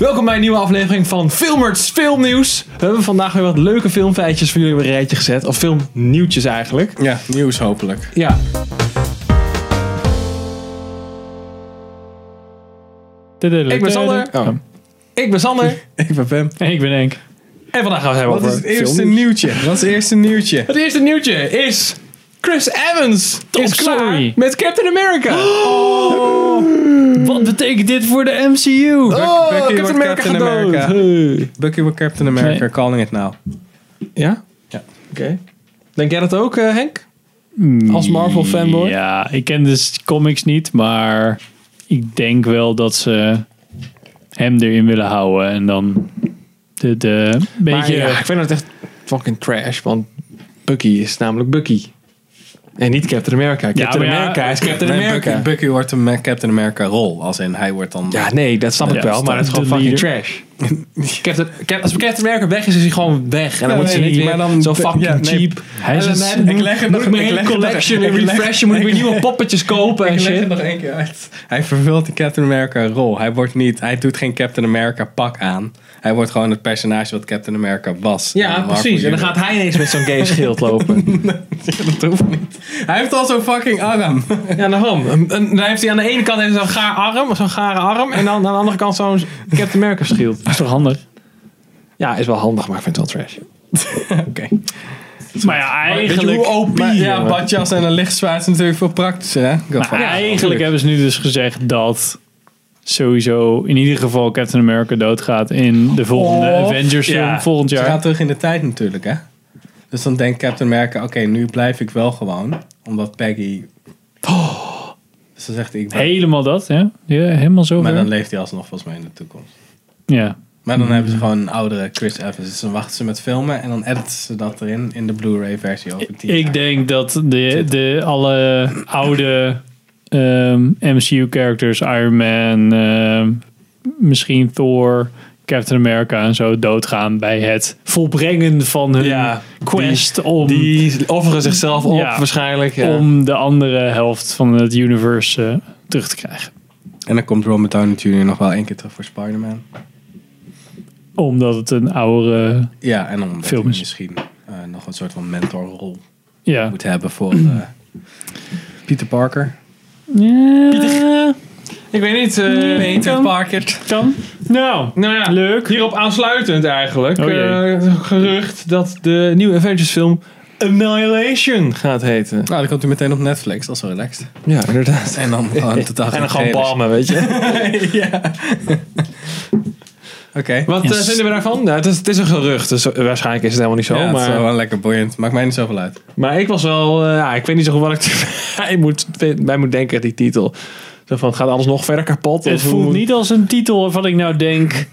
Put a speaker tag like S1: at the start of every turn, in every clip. S1: Welkom bij een nieuwe aflevering van Filmerts Filmnieuws. We hebben vandaag weer wat leuke filmfeitjes voor jullie op een rijtje gezet. Of filmnieuwtjes eigenlijk.
S2: Ja, nieuws hopelijk.
S1: Ja. Ik ben Sander.
S2: Oh,
S1: Ik ben Sander.
S2: ik ben Pam.
S3: En ik ben Henk.
S1: En vandaag gaan we het hebben
S2: Wat is
S1: over
S2: het eerste
S1: filmnieuws.
S2: nieuwtje? Wat is het eerste nieuwtje?
S1: Het eerste nieuwtje is... Chris Evans is klaar
S3: story.
S1: met Captain America. Oh,
S3: Wat betekent dit voor de MCU?
S2: Bucky
S1: Captain
S2: wordt
S1: America
S2: Oh. Captain
S1: gaat dood.
S2: America.
S1: Hey.
S2: Bucky wordt Captain America,
S3: Nee.
S2: calling it now.
S1: Ja?
S2: Ja.
S1: Oké. Denk jij dat ook, eh, Henk? Als Marvel fanboy?
S3: Ja, ik ken dus comics niet, maar ik denk wel dat ze hem erin willen houden en dan de, de
S1: Maar
S3: beetje.
S1: ja, ik vind het echt fucking trash, want Bucky is namelijk Bucky. En niet Captain America. Captain
S3: maar ja,
S1: America is eh, Captain
S2: Nee,
S1: America.
S2: Bucky, Bucky wordt een eh, Captain America rol, als in hij wordt dan...
S1: Ja, nee, dat snap ik
S3: Ja,
S1: wel, maar
S3: snap
S1: het is
S3: ik.
S1: gewoon
S3: De
S1: fucking trash. Captain, Cap- als Captain America weg is, is hij gewoon weg. En dan
S2: Ja,
S1: moet ze
S2: nee,
S1: niet
S2: maar
S1: weer
S2: dan-
S1: zo fucking
S2: ja, nee.
S1: cheap.
S3: Hij is
S1: en
S3: een-
S1: dan heb-
S2: ik leg het
S1: moet
S2: nog-
S1: ik mijn
S2: ik
S1: hele
S2: leg het nog-
S1: collection
S2: ik leg-
S1: refreshen, moet ik weer
S2: ik-
S1: nieuwe poppetjes kopen en
S2: Ik leg het
S1: shit.
S2: nog één keer uit. Hij vervult die Captain America rol. Hij wordt niet, hij doet geen Captain America pak aan. Hij wordt gewoon het personage wat Captain America was. in
S1: Ja,
S2: Marvel
S1: precies. En dan
S2: Universe.
S1: gaat hij ineens met zo'n gay schild lopen.
S2: Dat hoeft niet. Hij heeft al zo'n fucking arm.
S1: Ja, daarom. En- en Dan heeft hij aan de ene kant heeft hij zo'n gaar arm, zo'n gare arm. En dan aan de andere kant zo'n Captain America schild.
S3: Dat is toch handig?
S1: Ja, is wel handig, maar ik vind het wel trash.
S2: Oké.
S3: Maar ja, eigenlijk.
S1: hoe OP?
S2: Maar ja,
S1: jongen?
S2: badjas en een lichtzwaard is natuurlijk veel praktischer, hè? Go
S3: Maar
S2: fuck.
S3: eigenlijk hebben ze nu dus gezegd dat sowieso in ieder geval Captain America doodgaat in de volgende
S2: Of-
S3: Avengers film
S1: ja.
S3: volgend
S2: Ze
S3: jaar.
S2: gaat terug in de tijd natuurlijk, hè? Dus dan denkt Captain America, oké, nu blijf ik wel gewoon. Omdat Peggy...
S3: Oh!
S2: Dus dan zegt hij, ik ben...
S3: Helemaal dat, ja? ja helemaal zo.
S2: Maar
S3: ver?
S2: dan leeft hij alsnog volgens mij in de toekomst.
S3: ja.
S2: Maar dan hebben ze gewoon een oudere Chris Evans. Dus dan wachten ze met filmen en dan editen ze dat erin in de Blu-ray versie over 10
S3: Ik
S2: jaar.
S3: denk dat de, de alle oude ehm, MCU-characters, Iron Man, ehm, misschien Thor, Captain America en zo, doodgaan bij het volbrengen van hun
S1: Ja,
S3: quest om,
S1: Die offeren zichzelf op
S3: Ja.
S1: waarschijnlijk. Ja.
S3: om de andere helft van het universe eh, terug te krijgen.
S2: En dan komt Robert Downey Jr. nog wel één keer terug voor Spider-Man.
S3: Omdat het een oude.
S2: Ja, en dan
S3: Films.
S2: misschien eh, nog een soort van mentorrol
S3: Ja.
S2: moet hebben voor eh, Peter Parker.
S3: Eh, Ja,
S1: Ik weet niet. eh,
S3: Peter
S2: Parker.
S3: Kan. Nou,
S1: nou ja,
S3: leuk.
S1: hierop aansluitend eigenlijk.
S3: Oh jee.
S1: eh, gerucht dat de nieuwe Avengers film Annihilation gaat heten.
S2: Nou, dan komt hij meteen op Netflix, als zo relaxed.
S1: Ja, inderdaad.
S2: En dan gewoon Oh, totaal
S1: En
S2: geen
S1: dan gewoon
S2: trailers.
S1: balmen, weet je.
S2: ja. Oké.
S1: Wat eh,
S3: Yes.
S1: vinden we daarvan? Nou, het, is, het is een gerucht, dus eh, waarschijnlijk is het helemaal niet zo.
S2: Ja, het is wel
S1: maar,
S2: gewoon lekker boeiend. Maakt mij niet zoveel uit.
S1: maar ik was wel... eh, ja, ik weet niet zo goed wat ik bij moet, bij moet denken, die titel. Zo van, gaat alles nog verder kapot?
S3: Het
S1: Of hoe
S3: voelt
S1: moet-
S3: niet als een titel waarvan ik nou denk...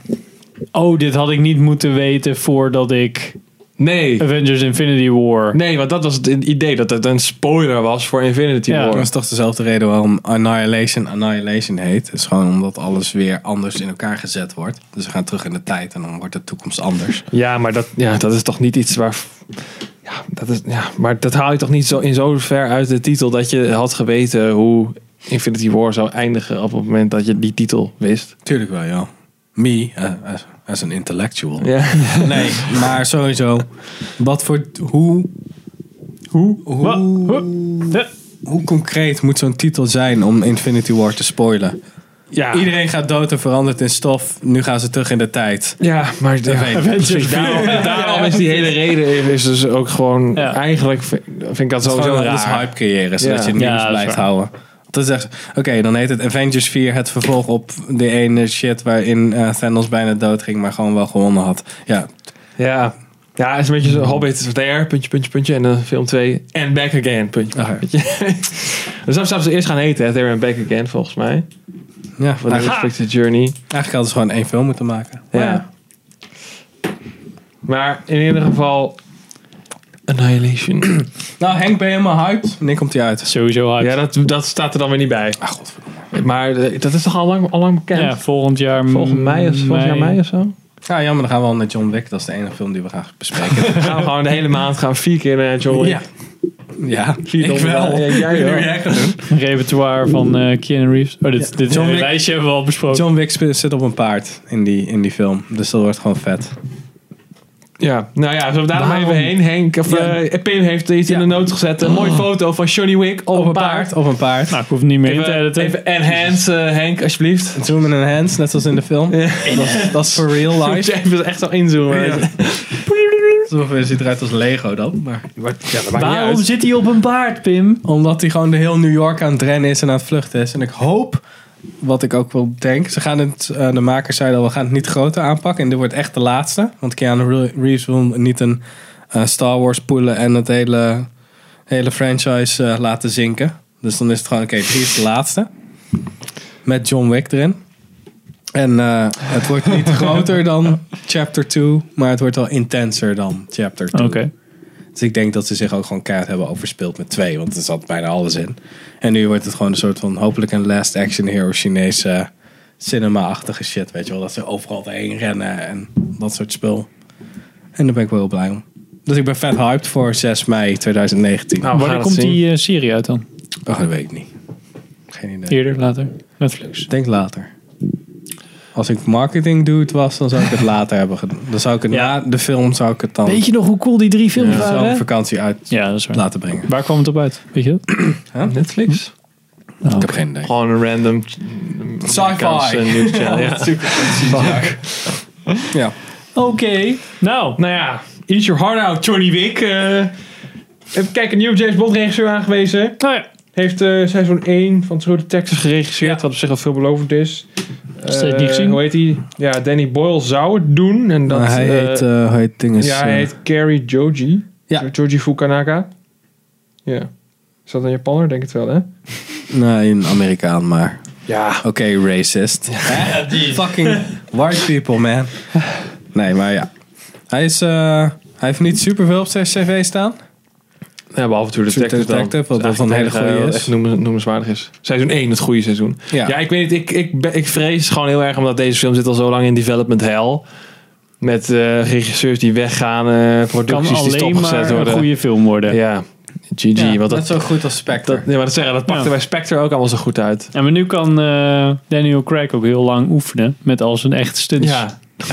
S3: Oh, dit had ik niet moeten weten voordat ik
S1: Nee.
S3: Avengers Infinity War...
S1: Nee, want dat was het idee dat het een spoiler was voor Infinity
S3: Ja.
S1: War.
S2: Dat is toch dezelfde reden waarom Annihilation Annihilation heet. Het is gewoon omdat alles weer anders in elkaar gezet wordt. Dus we gaan terug in de tijd en dan wordt de toekomst anders.
S1: Ja, maar dat, ja, dat is toch niet iets waar. Ja, dat is, ja, maar dat haal je toch niet zo in zover uit de titel dat je had geweten hoe Infinity War zou eindigen op het moment dat je die titel wist.
S2: Tuurlijk wel, ja. Me, eh, as, as an intellectual.
S1: Ja.
S2: Nee, maar sowieso. Wat voor. Hoe. Hoe.
S3: Wa-
S2: Hoe,
S3: hu- de-
S2: hoe concreet moet zo'n titel zijn om Infinity War te spoilen?
S1: Ja.
S2: Iedereen gaat dood en verandert in stof. Nu gaan ze terug in de tijd.
S1: Ja, maar
S2: Dat weet ik.
S3: Avengers
S1: daarom, daarom is die hele reden is dus ook gewoon
S3: Ja.
S1: eigenlijk vind, vind ik dat
S2: Dat is
S1: sowieso
S2: gewoon
S1: raar.
S2: dat is hype creëren, zodat
S1: Ja.
S2: je het nieuws
S3: Ja, dat is
S2: blijft
S3: waar.
S2: houden. Dat is echt, oké, dan heet het Avengers 4 het vervolg op de ene shit waarin eh, Thanos bijna dood ging, maar gewoon wel gewonnen had. Ja,
S1: Ja. Ja, het is een beetje zo Hobbit there, puntje, puntje, puntje. En dan film 2, and back again, puntje.
S2: Oké.
S1: Weet je? dus dan zouden ze eerst gaan heten, hè, there and back again, volgens mij.
S2: ja
S1: Van de
S2: eigenlijk,
S1: Respected Journey.
S2: eigenlijk hadden ze gewoon één film moeten maken.
S1: Ja.
S2: Maar ja.
S1: Maar in ieder geval... Annihilation.
S2: Nou, Henk, ben je helemaal hyped? Wanneer komt hij uit?
S3: Sowieso hype.
S1: ja,
S3: Ja,
S1: dat, dat staat er dan weer niet bij.
S2: Ah, godverdomme.
S1: Maar eh, dat is toch al lang, al lang bekend?
S3: volgend jaar...
S1: Volgens mij of volgend jaar mei of zo?
S2: Ja, jammer, dan gaan we al naar John Wick. Dat is de enige film die we gaan bespreken.
S1: eh, We gaan we gewoon de hele maand gaan we vier keer naar John Wick.
S2: ja. Ja,
S1: Zie je
S2: ik
S1: dan
S2: wel.
S1: wel. Ja, jij
S2: Nu
S1: wel.
S2: jij gaat doen.
S3: repertoire van eh Keanu Reeves. Oh, dit, dit
S2: John
S3: hele
S2: Wick.
S3: lijstje hebben we al besproken.
S2: John Wick spe- zit op een paard in die, in die film. Dus dat wordt gewoon vet.
S1: Ja, nou ja, zullen we daar nog
S2: Waarom?
S1: even heen? Henk, of
S2: Ja.
S1: eh, Pim heeft iets in de noot gezet. Een mooie foto van Johnny Wick Oh. op, een paard.
S2: Op een paard.
S3: Nou, ik hoef het niet meer in te
S1: Even,
S3: editen.
S1: even enhance eh, Henk, alsjeblieft.
S2: Zoom in hands, net als in de film.
S1: Ja.
S2: Dat, is- dat is for real
S1: Moet je
S2: life.
S1: even echt zo inzoomen.
S2: Ja. Zoveel ziet eruit als Lego dan. Maar ja, dat maakt
S3: Waarom zit hij op een paard, Pim?
S2: Omdat hij gewoon de heel New York aan het rennen is en aan het vluchten is. En ik hoop, wat ik ook wel denk, ze gaan het, eh, de makers zeiden al, we gaan het niet groter aanpakken. En dit wordt echt de laatste. Want Keanu Re- Reeves wil niet een eh, Star Wars poelen en het hele, hele franchise eh, laten zinken. Dus dan is het gewoon, oké, dit is de laatste. Met John Wick erin. En eh, het wordt niet groter dan chapter 2, maar het wordt wel intenser dan chapter 2.
S1: Nou,
S3: Oké.
S2: Dus ik denk dat ze zich ook gewoon keihard hebben overspeeld met twee. Want er zat bijna alles in. En nu wordt het gewoon een soort van hopelijk een last action hero Chinese eh, cinema-achtige shit. Weet je wel, dat ze overal heen rennen en dat soort spul. En daar ben ik wel heel blij om. Dus ik ben vet hyped voor 6 mei 2019.
S1: Nou, we gaan
S3: Wanneer
S1: het
S3: komt
S1: zien.
S3: die eh, serie uit dan?
S2: Oh, dat weet ik niet. Geen idee.
S3: Eerder, later? Netflix.
S2: Ik denk later. Als ik marketing dude was, dan zou ik het later hebben gedaan. Dan zou ik het
S3: Ja.
S2: na de film zou ik het dan
S3: je nog hoe cool die drie films
S2: zo op vakantie uit
S3: Ja, dat is waar.
S2: laten
S1: Nou.
S2: brengen.
S3: Waar kwam het op uit? Weet je dat?
S1: Netflix?
S2: Ik heb geen idee.
S1: Gewoon een random Amerikaanse nieuws channel. ja.
S2: Ja.
S3: Oké. Nou,
S1: Nou ja, eat your heart out, Johnny Wick. Eh, even kijken, een nieuwe James Bond regisseur aangewezen.
S3: nou ja.
S1: Heeft eh, seizoen 1 van True Detective geregisseerd, wat op zich al veelbelovend is.
S3: Steeds
S1: Eh,
S3: niet gezien.
S1: Hoe heet hij? Ja, Danny Boyle zou het doen. En dat,
S2: Maar hij
S1: eh,
S2: heet, eh, hij heet dinges,
S1: ja, hij
S2: eh,
S1: heet Kerry Joji.
S2: Ja.
S1: Joji Fukanaka. Ja. Is dat een Japanner? Denk het wel, hè?
S2: nee, nou, een Amerikaan, maar
S1: Ja.
S2: oké, racist. Hè? Fucking white people, man. Nee, maar ja. Hij, is, eh, hij heeft niet superveel op zijn cv staan.
S1: Ja, behalve True
S2: True
S1: Detective dan.
S2: Detective, wat
S1: Dat is
S2: wel een hele
S1: eigenlijk het
S2: goeie
S1: enige
S2: is.
S1: wat echt noemen- noemenswaardig is. Seizoen 1, het goede seizoen.
S2: Ja.
S1: Ja, ik weet niet. Ik, ik, ben- ik vrees gewoon heel erg omdat deze film zit al zo lang in development hell. Met eh, regisseurs die weggaan, eh,
S3: kan
S1: producties die
S3: alleen
S1: stopgezet
S3: maar een
S1: worden.
S3: goede film worden.
S1: Ja, GG. want dat,
S2: zo goed als
S1: dat,
S2: Spectre.
S1: nee, maar dat, zeggen, dat pakte
S3: Ja.
S1: bij Spectre ook allemaal zo goed uit.
S3: En maar nu kan eh, Daniel Craig ook heel lang oefenen met al zijn echte stunts.
S1: Ja. Dus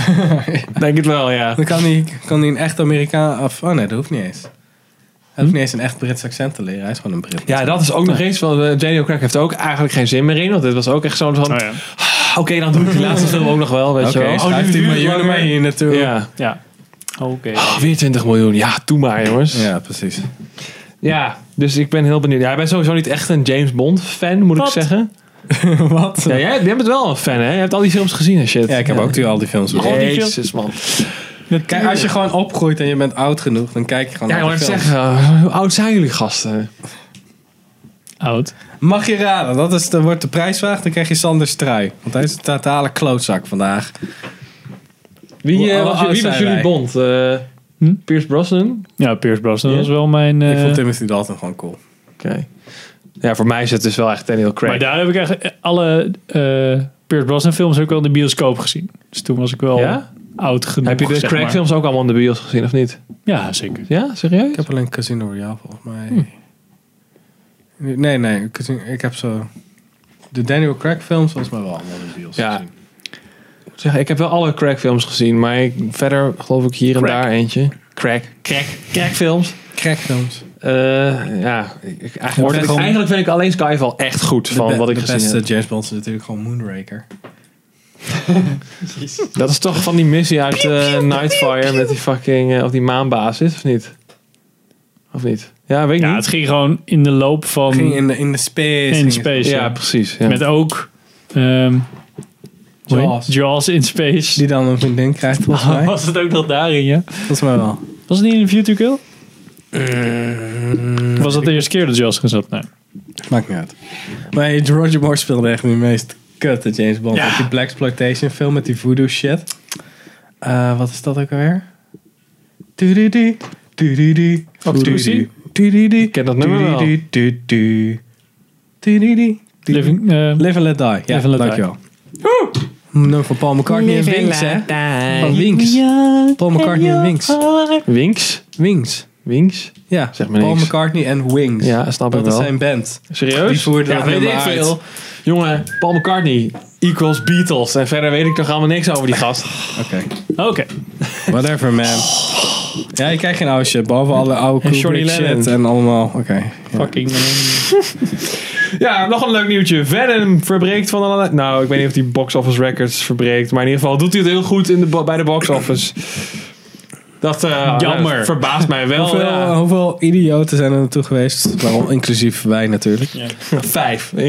S1: Denk het wel, ja.
S2: Dan kan hij, kan hij een echt Amerikaan... Of, oh nee, dat hoeft niet eens. Hij hoeft niet eens een echt Brits accent te leren. Hij is gewoon een Brit.
S1: Ja, dat is ook nog eens. Want eh, Daniel Craig heeft ook eigenlijk geen zin meer in. Want dit was ook echt zo'n van. ah,
S3: Oh ja.
S1: Oké, dan doe ik die laatste film ook nog wel. Weet
S2: Oké,
S1: je wel. Oh,
S2: okay,
S1: nu
S2: 15
S1: duurt het
S2: miljoen
S1: langer.
S2: mee hier naartoe.
S1: Ja.
S3: ja. Oké.
S1: Oh, weer 20 miljoen. Ja, doe maar, jongens. Ja.
S2: ja, precies.
S1: dus ik ben heel benieuwd. Ja, ik ben sowieso niet echt een James Bond fan, moet
S3: Wat?
S1: ik zeggen.
S2: Wat?
S1: Ja, jij, jij bent wel een fan, hè? Je hebt al die films gezien en shit.
S2: Ja, ik heb ook nu al die films
S3: al die films.
S1: Jezus, man.
S2: Kijk, als je gewoon opgroeit en je bent oud genoeg, dan kijk je gewoon
S1: Ja, ik
S2: naar
S1: wou
S2: die
S1: net
S2: films.
S1: zeggen, eh, hoe oud zijn jullie gasten?
S3: Oud.
S2: Mag je raden, Nou, dat is, dan wordt de prijsvraag, dan krijg je Sanders trui. Want hij is een totale klootzak vandaag.
S1: Wie,
S2: Hoe
S1: eh,
S2: oud
S1: was, wie
S2: zijn
S1: was jullie
S2: wij?
S1: Bond? Eh
S3: Hm?
S1: Pierce Brosnan?
S3: Ja, Pierce Brosnan
S1: Ja.
S3: was wel mijn... eh,
S2: ik vond Timothy Dalton gewoon cool.
S1: Oké. Ja, voor mij is het dus wel echt Daniel Craig.
S3: maar daar heb ik echt alle eh Pierce Brosnan films ook wel in de bioscoop gezien. Dus toen was ik wel
S1: Ja?
S3: oud genoeg.
S1: heb je de
S2: Oh,
S3: zeg
S1: Craig
S3: maar.
S1: films ook allemaal in de bios gezien, of niet?
S3: Ja, zeker.
S1: Ja, serieus?
S2: Ik heb alleen Casino Royale volgens mij. Nee, nee, Casino- ik heb zo... De Daniel Craig films volgens mij wel allemaal in de bios
S1: Ja.
S2: gezien.
S1: Ik moet zeggen, ik heb wel alle Craig films gezien, maar ik, verder geloof ik hier en
S3: Craig.
S1: daar eentje. Craig. Craig. Craig films.
S2: Craig films.
S1: Eh, ja, ik- ik-
S2: Wordt
S1: eigenlijk, vind ik,
S2: gewoon-
S1: eigenlijk vind ik alleen Skyfall echt goed van wat ik
S2: de
S1: gezien
S2: beste
S1: heb.
S2: James Bond is natuurlijk gewoon Moonraker.
S1: Dat is toch van die missie uit eh, Nightfire met die fucking, eh, of die maanbasis, of niet? Of niet? Ja, weet ik
S3: Ja, het
S1: niet.
S3: ging gewoon in de loop van...
S2: Ging in de, in de space.
S3: in
S2: ging-
S3: space, ja.
S1: Ja, precies. Ja.
S3: Met ook... ehm, hoe heet-
S2: Jaws.
S3: Jaws in Space.
S2: Die dan een vriendin krijgt volgens mij.
S3: Was het ook nog daarin, ja?
S2: Volgens mij wel.
S3: Was het niet in View to Kill? Was dat de eerste keer dat Jaws gezet? Nee.
S2: Maakt niet uit. Maar Roger Moore speelde echt de meest kutte James Bond.
S3: Ja.
S2: Ook Die Black Exploitation film met die voodoo shit. Eh, wat is dat ook alweer? Doedoedoe, doedoedoe,
S3: Octopussy?
S2: doedoedoe, doedoedoe,
S1: Ik ken dat nummer wel.
S2: doedoedoe, doedoedoe, doedoedoe.
S3: Living, eh,
S2: Live and Let Die. Ja,
S3: Live and Let Die.
S2: dankjewel. Nummer van Paul McCartney en Wings, hè? Van Wings. Paul McCartney en Wings.
S1: Winks?
S2: Wings.
S1: Wings?
S2: Ja,
S1: Zeg maar
S2: Paul
S1: niks.
S2: McCartney en Wings.
S1: Ja, snap ik
S2: dat is
S1: wel.
S2: zijn band.
S1: Serieus?
S2: Die voerde
S1: ja,
S2: dat
S1: weet ik
S2: nummer uit.
S1: veel. Jongen, Paul McCartney equals Beatles. En verder weet ik nog allemaal niks over die gast.
S2: Oké.
S3: Oh, Oké.
S2: Whatever, man. Ja, je krijgt geen oude shit, behalve alle oude
S1: En Johnny
S2: Kubrick shit
S1: Lennon.
S2: en allemaal. Oké.
S3: Fucking. eh,
S1: Ja, nog een leuk nieuwtje. Venom verbreekt van alle... Nou, ik weet niet of hij box office records verbreekt. Maar in ieder geval doet hij het heel goed in de, bo- bij de box office. Dat eh,
S3: Jammer.
S1: dat verbaast mij wel.
S2: Hoeveel,
S1: Oh, ja.
S2: hoeveel idioten zijn er naartoe geweest? Waarom inclusief wij natuurlijk.
S1: Vijf. Ja,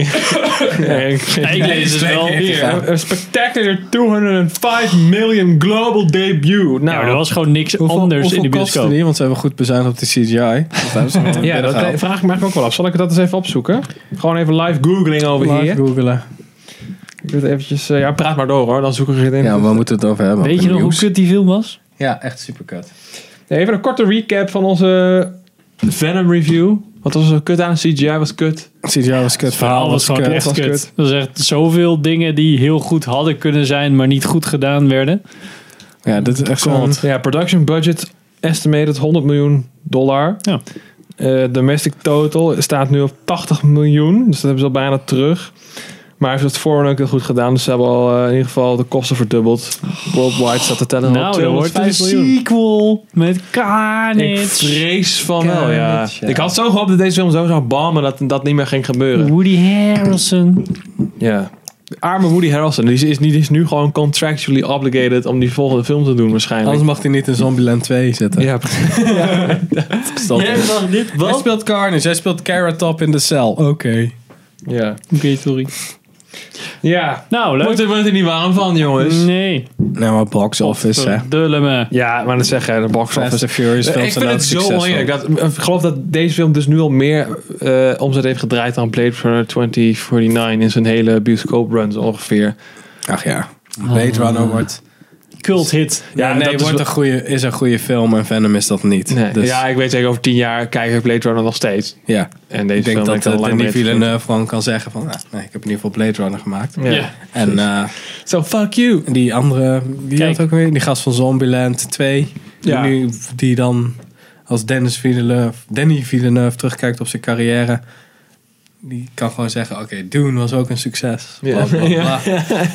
S1: ik-
S3: ik lees het wel.
S1: Hier, een spectacular 205 million global debut.
S3: Ja,
S1: Nou,
S3: maar er was gewoon niks
S2: Hoeveel,
S3: anders
S2: hoeveel
S3: in de
S2: kostte
S3: bioscoop.
S2: die? Want ze hebben goed bezuinigd op de CGI.
S1: ja, dat eh,
S2: Binnengehaald.
S1: vraag ik me eigenlijk ook wel af. Zal ik dat eens even opzoeken? Gewoon even live googling over
S2: Laat
S1: hier.
S2: googelen.
S1: Ik doe het eventjes... eh, ja, praat maar door hoor. Dan zoek ik het in.
S2: Ja, we moeten het over hebben.
S3: Weet je nog hoe
S2: Nieuws.
S3: kut die film was?
S2: Ja, echt superkut.
S1: Even een korte recap van onze Venom review. Wat was er kut aan? CGI was kut.
S2: CGI was kut,
S3: Het verhaal was gewoon
S2: kut.
S3: Oh, echt
S1: was
S3: kut.
S1: kut.
S3: Er zijn echt zoveel dingen die heel goed hadden kunnen zijn, maar niet goed gedaan werden.
S2: Ja, dit is echt zo'n...
S1: Ja, production budget estimated 100 miljoen dollar.
S3: Ja.
S1: Eh, domestic total staat nu op 80 miljoen. Dus dat hebben ze al bijna terug. Maar hij heeft het voor ook heel goed gedaan. Dus ze hebben al eh, in ieder geval de kosten verdubbeld. Worldwide staat de teller op
S3: nou, er wordt een
S1: 205 miljoen.
S3: sequel met
S1: Ik
S3: Carnage.
S1: vrees van wel, ja.
S2: Kut, ja.
S1: Ik had zo gehoopt dat deze film zo zou bommen dat dat niet meer ging gebeuren.
S3: Woody Harrelson.
S1: Ja. De Arme Woody Harrelson. Die is, die is nu gewoon contractually obligated om die volgende film te doen waarschijnlijk.
S2: Anders mag hij niet in Zombieland 2 zitten.
S1: ja, precies.
S2: Stop.
S3: dit
S2: Hij speelt Carnage, hij speelt Carrot Top in de cel. Oké.
S1: Ja.
S3: Oké, sorry.
S1: ja.
S3: Nou, leuk.
S1: Wordt er, wordt er niet warm van, jongens.
S3: Nee.
S2: Nou, maar box office, hè.
S3: Dulle me.
S1: Mm. Ja, maar dat zeg je, de box
S2: Fast
S1: office.
S2: and Furious
S1: Eh, Ik
S2: films
S1: vind
S2: zijn
S1: het
S2: ook
S1: zo
S2: succesvol.
S1: belangrijk. Dat, ik geloof dat deze film dus nu al meer eh, omzet heeft gedraaid dan Blade Runner 2049 in zijn hele bioscoop runs ongeveer.
S2: Ach ja. Blade Runner nou, wordt...
S3: Cult hit.
S2: Ja,
S1: Ja, dat
S2: nee,
S1: is
S2: wordt
S1: wel-
S2: een goede, is een goede film en Venom is dat niet.
S1: Nee.
S2: Dus,
S1: Ja, ik weet zeker over tien jaar kijk ik Blade Runner nog steeds.
S2: ja.
S1: En deze
S2: Ik denk
S1: film
S2: dat
S1: ik eh, al
S2: de
S1: lang
S2: Denis
S1: mee te-
S2: Villeneuve gewoon kan zeggen van... ah, nee, ik heb in ieder geval Blade Runner gemaakt.
S1: Ja.
S3: Ja.
S2: En eh,
S1: So fuck you.
S2: die andere... Die,
S3: Kijk.
S2: had ook weer, die gast van Zombieland 2. Die,
S1: Ja.
S2: nu, die dan als Dennis Villeneuve, Danny Villeneuve terugkijkt op zijn carrière... Die kan gewoon zeggen, oké, Dune was ook een succes.
S1: Ja.
S2: Bla, bla, bla.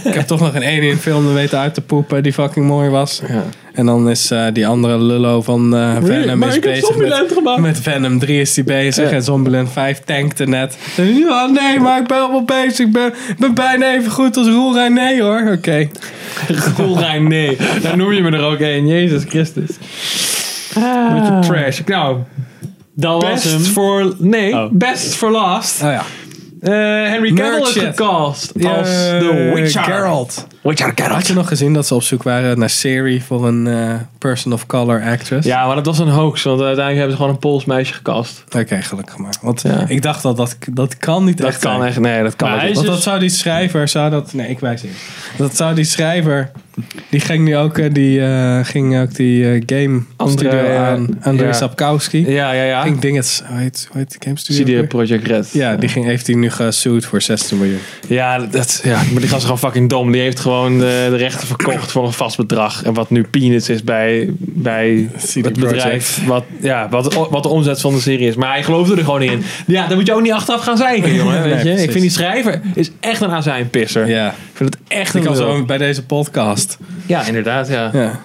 S2: Ik heb toch nog een alien film weten uit te poepen die fucking mooi was.
S1: Ja.
S2: En dan is eh, die andere lullo van eh, Venom is bezig met,
S1: gemaakt.
S2: met Venom 3 is die bezig
S1: Ja.
S2: en Zombieland 5 tankte net. Ja, nee, maar ik ben wel bezig. Ik ben, ik ben bijna even goed als Roelrijn. Nee hoor, oké.
S1: Roelrein, nee. Daar noem je me er ook een. Jezus Christus. Beetje trash. Nou,
S3: Dat was hem.
S1: best for... Nee,
S3: Oh.
S1: best for last.
S2: Oh ja.
S1: Eh, Henry Cavill
S2: Nerd
S1: is
S2: shit.
S1: gecast als
S2: Eh,
S1: The Witcher.
S2: Geralt.
S1: Witcher
S2: Had je nog gezien dat ze op zoek waren naar Siri voor een eh, person of color actress?
S1: Ja, maar dat was een hoax. Want uiteindelijk hebben ze gewoon een Pools meisje gecast.
S2: Oké, gelukkig maar. Want
S1: Ja.
S2: ik dacht al, dat, dat kan niet
S1: Dat
S2: echt
S1: kan
S2: zijn.
S1: echt. Nee, dat kan
S3: Maar
S1: echt
S3: hij
S1: niet.
S3: is-
S2: Want
S3: dus-
S2: dat zou die schrijver, zou dat... Nee, ik wijs niet. Dat zou die schrijver... Die ging nu ook eh, die, eh, ging ook die eh, game
S1: André,
S2: studio
S1: eh,
S2: aan. André
S1: ja.
S2: Sapkowski.
S1: Ja, ja, ja.
S2: Ging dinges... Hoe heet, hoe heet die game studio? ook
S1: CD
S2: weer?
S1: Project Red.
S2: Ja, die ging, heeft hij nu gesued voor 16 miljoen.
S1: Ja, dat, ja, maar die gast is gewoon fucking dom. Die heeft gewoon de, de rechten verkocht voor een vast bedrag. En wat nu peanuts is bij, bij
S2: CD
S1: het bedrijf. Wat, ja, wat, wat de omzet van de serie is. Maar hij geloofde er gewoon in. Ja, daar moet je ook niet achteraf gaan zeiken, jongen.
S2: Nee,
S1: Weet je?
S2: precies.
S1: Ik vind die schrijver is echt een azijnpisser.
S2: Ja,
S1: Ik vind het echt
S2: die
S1: een
S2: kan
S1: lul.
S2: zo bij deze podcast.
S1: Ja, inderdaad, ja.
S2: Ja.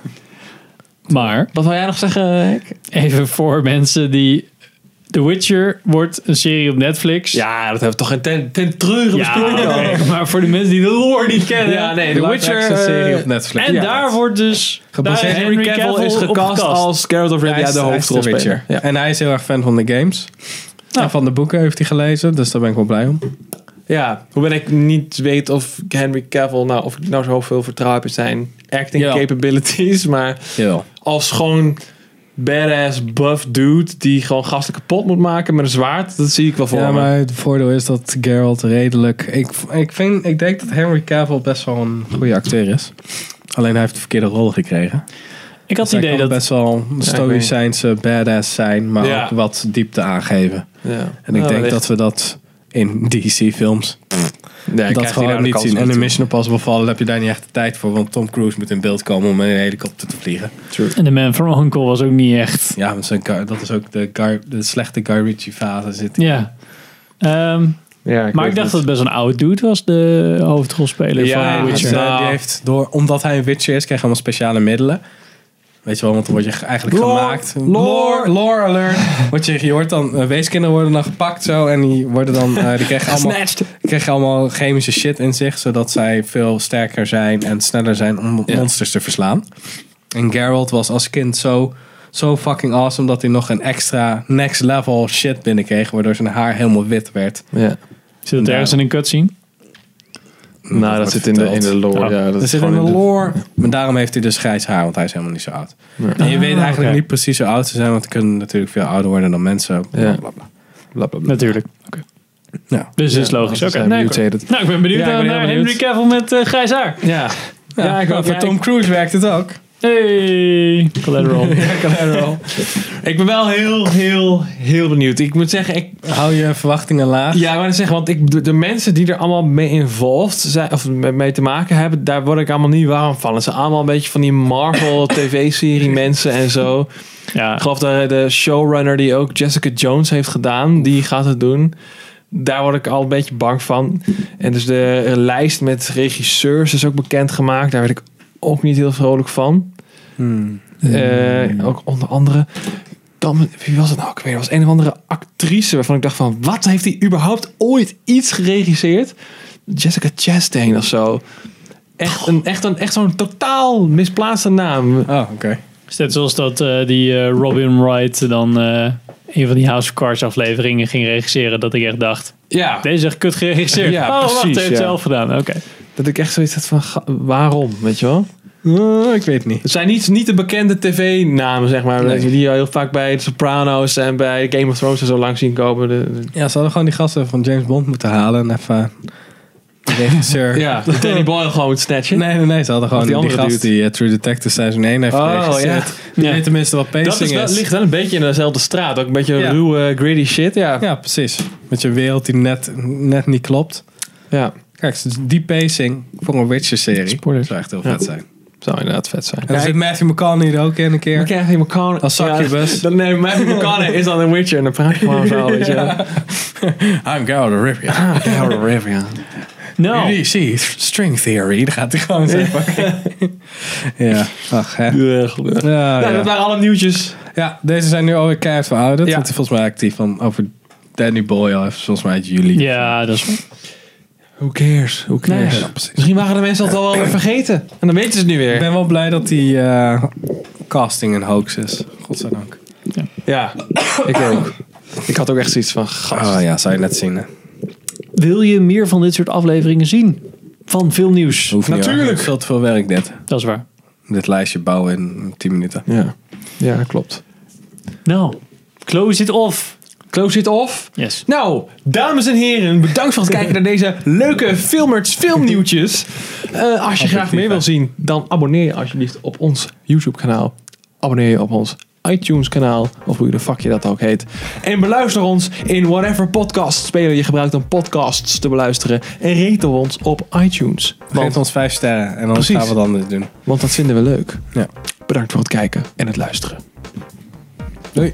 S3: Maar
S1: Wat wil jij nog zeggen, Henk?
S3: even voor mensen die... The Witcher wordt een serie op Netflix.
S1: Ja, dat hebben we toch geen ten, ten treuren
S3: Ja,
S1: besproken.
S3: oké, maar voor de mensen die de lore niet kennen.
S1: Ja, nee, The
S2: Live
S1: Witcher.
S2: action serie
S1: eh,
S2: op Netflix.
S3: En
S2: Ja.
S3: daar wordt dus
S2: Gebaseerd-
S3: daar
S1: Henry Cavill is
S3: op
S1: gecast als Geralt of
S2: Hij
S1: Rivia,
S2: is-
S1: de
S2: hij is
S1: hoofdrolspeler. Ja.
S2: En hij is heel erg fan van de games.
S3: Nou.
S2: En van de boeken heeft hij gelezen, dus daar ben ik wel blij om.
S1: Ja, hoewel ik niet weet of Henry Cavill, nou, of ik nou zoveel vertrouwen heb in zijn acting
S2: Ja.
S1: capabilities, maar
S2: Jawel.
S1: als gewoon badass buff dude die gewoon gasten kapot moet maken met een zwaard, dat zie ik wel voor
S2: Ja,
S1: me.
S2: maar het voordeel is dat Geralt redelijk... Ik, ik, vind, ik denk dat Henry Cavill best wel een goede acteur is. Alleen hij heeft de verkeerde rol gekregen. Dus
S3: Ik had het
S2: hij
S3: idee
S2: kan
S3: dat...
S2: best wel stoïcijnse badass zijn, maar
S1: Ja.
S2: ook wat diepte aangeven.
S1: Ja.
S2: En ik
S1: Nou,
S2: denk
S1: wellicht.
S2: dat we dat in DC-films
S1: Nee, ik krijg
S2: dat
S1: die
S2: gewoon
S1: nou de
S2: niet
S1: kans
S2: zien.
S1: niet
S2: En in
S1: toe.
S2: Mission Impossible vallen heb je daar niet echt de tijd voor. Want Tom Cruise moet in beeld komen om in een helikopter te vliegen.
S3: En de Man from Uncle was ook niet echt.
S2: Ja, want zo'n Guy- dat is ook de, Guy- de slechte Guy Ritchie fase zit.
S3: Ja. Ehm,
S1: Ja,
S3: maar ik
S1: weet
S3: dacht dat
S1: niet.
S3: het best een oud dude was, de hoofdrolspeler
S1: Ja,
S3: van The Witcher.
S2: Dus, eh,
S1: Nou.
S2: die heeft door, omdat hij een Witcher is, krijg je allemaal speciale middelen. Weet je wel, want dan word je eigenlijk
S1: Lore,
S2: gemaakt.
S1: lore.
S2: lore alert. Word je, je wordt dan, eh, weeskinderen worden dan gepakt zo. En die, worden dan, eh, die krijgen allemaal, die krijgen allemaal chemische shit in zich. Zodat zij veel sterker zijn en sneller zijn om
S1: Ja.
S2: monsters te verslaan. En Geralt was als kind zo, zo fucking awesome dat hij nog een extra next level shit binnenkreeg. Waardoor zijn haar helemaal wit werd.
S1: Ja.
S3: Zit het ergens in een cutscene?
S1: Nou, dat
S2: wordt
S1: zit in de, in
S2: verteld.
S1: de lore.
S3: Oh.
S1: Ja, dat
S2: Dat
S1: is
S2: zit in
S1: gewoon
S2: de lore. Maar daarom heeft hij dus grijs haar, want hij is helemaal niet zo oud.
S1: Nee. Ah,
S2: En je weet eigenlijk
S3: oké.
S2: niet precies hoe oud ze zijn, want ze kunnen natuurlijk veel ouder worden dan mensen.
S1: Ja.
S2: Blablabla.
S1: Bla, bla, bla.
S3: Natuurlijk. Oké.
S2: Ja.
S3: Dus dat is
S1: Ja,
S3: logisch.
S1: dat
S3: Oké.
S1: zijn
S3: nou, ik-
S1: mutated.
S3: nou, ik ben benieuwd
S2: Ja, ik ben
S3: naar
S2: heel
S3: Henry
S2: benieuwd.
S3: Cavill met eh, grijs haar.
S1: Ja.
S2: Ja,
S1: Ja, ik
S2: maar
S1: ook.
S2: voor
S1: Ja,
S2: Tom Cruise werkt het ook.
S3: eh, Hey, collateral.
S2: Ja, collateral.
S1: Ik ben wel heel, heel, heel benieuwd. Ik moet zeggen, ik,
S2: Hou je verwachtingen laag.
S1: Ja, ik wou net zeggen, want ik, de, de mensen die er allemaal mee involved zijn, of me- mee te maken hebben, daar word ik allemaal niet warm van. Het zijn allemaal een beetje van die Marvel TV-serie mensen en zo.
S3: ja.
S1: Ik geloof dat de showrunner die ook Jessica Jones heeft gedaan, die gaat het doen. Daar word ik al een beetje bang van. En dus de eh, lijst met regisseurs is ook bekendgemaakt. Daar werd ik ook niet heel vrolijk van.
S2: Hmm.
S1: Eh, ook onder andere. Dan, wie was het nou? Ik weet het was een of andere actrice waarvan ik dacht van... Wat heeft hij überhaupt ooit iets geregisseerd? Jessica Chastain of zo. Echt, een, echt, een, echt zo'n totaal misplaatste naam.
S2: Oh, oké.
S3: Is net zoals dat eh, die eh, Robin Wright dan eh, een van die House of Cards afleveringen ging regisseren. Dat ik echt dacht,
S1: Ja.
S3: deze is echt kut geregisseerd.
S1: Ja,
S3: oh, wacht, hij
S1: precies,
S3: heeft het
S1: ja.
S3: zelf gedaan. Oké.
S1: Dat ik echt zoiets had van... ga- Waarom? Weet je wel?
S2: Eh, ik weet het niet.
S1: Het zijn niet, niet de bekende tv-namen, zeg maar.
S2: Nee.
S1: Die je heel vaak bij The Sopranos en bij Game of Thrones en zo lang zien komen. De- de-
S2: Ja, ze hadden gewoon die gasten van James Bond moeten halen en even de regisseur.
S1: ja, die Danny Boyle gewoon moet snatchen.
S2: Nee, nee, nee. Ze hadden gewoon
S1: Of die
S2: die,
S1: andere
S2: gast
S1: dude.
S2: die eh, True Detective Seizoen 1 heeft
S1: Oh,
S2: geregisseerd. Die
S3: Ja.
S2: weet tenminste wat pacing
S1: Dat is wel,
S2: is.
S1: ligt wel een beetje in dezelfde straat. Ook een beetje
S2: Ja.
S1: ruwe, gritty shit. Ja.
S2: Ja, precies. Met je wereld die net, net niet klopt.
S1: Ja,
S2: Kijk, die pacing voor een Witcher-serie
S1: Spoilers.
S2: zou echt heel
S1: Ja.
S2: vet zijn.
S1: zou inderdaad vet zijn.
S2: En dan zit Matthew McConaughey er ook in een keer.
S1: Matthew McConaughey.
S2: Als succubus.
S1: Ja, dan, nee, Matthew McConaughey is dan een Witcher en dan praat je gewoon zo, weet je. wel.
S2: I'm Geralt of Rivia.
S1: Ah, Power River, ja. Oh.
S3: Nou,
S2: Jullie zien string theory. Daar gaat hij gewoon zo. ja, ach hè. Ja,
S1: Ja, goed. Nou, dat
S2: ja.
S1: waren alle nieuwtjes.
S2: ja, deze zijn nu alweer keihard verouderd.
S1: Ja.
S2: Want die volgens mij actief van over Danny Boyle. Heeft volgens mij uit juli.
S3: ja, dat is...
S1: Who cares? Who cares?
S2: Ja, precies.
S1: Misschien waren de mensen dat al wel weer vergeten. En dan weten ze het nu
S2: Ik
S1: weer.
S2: ben wel blij dat die eh, casting een hoax is. Godzijdank.
S1: Ja, ik ook. Ah, Ik had ook echt zoiets van, gast.
S2: Oh ja, zou je net zien. Hè?
S3: Wil je meer van dit soort afleveringen zien? Van veel nieuws.
S2: Hoeft niet, hoor.
S1: Natuurlijk.
S2: Veel te veel werk dit.
S3: Dat is waar.
S2: Dit lijstje bouwen in 10 minuten.
S1: Ja, ja dat klopt.
S3: Nou, close it off.
S1: Close it off.
S3: Yes.
S1: Nou, dames en heren, bedankt voor het kijken naar deze leuke Filmerts filmnieuwtjes. Eh, als je graag meer wil zien, dan abonneer je alsjeblieft op ons YouTube kanaal. Abonneer je op ons iTunes kanaal, of hoe de fuck je dat ook heet. En beluister ons in whatever podcast speler je gebruikt om podcasts te beluisteren. En rate ons op iTunes,
S2: Geef
S1: want,
S2: ons vijf sterren en dan
S1: Precies.
S2: gaan we wat anders doen.
S1: want dat vinden we leuk.
S2: Ja.
S1: Bedankt voor het kijken en het luisteren.
S2: Doei.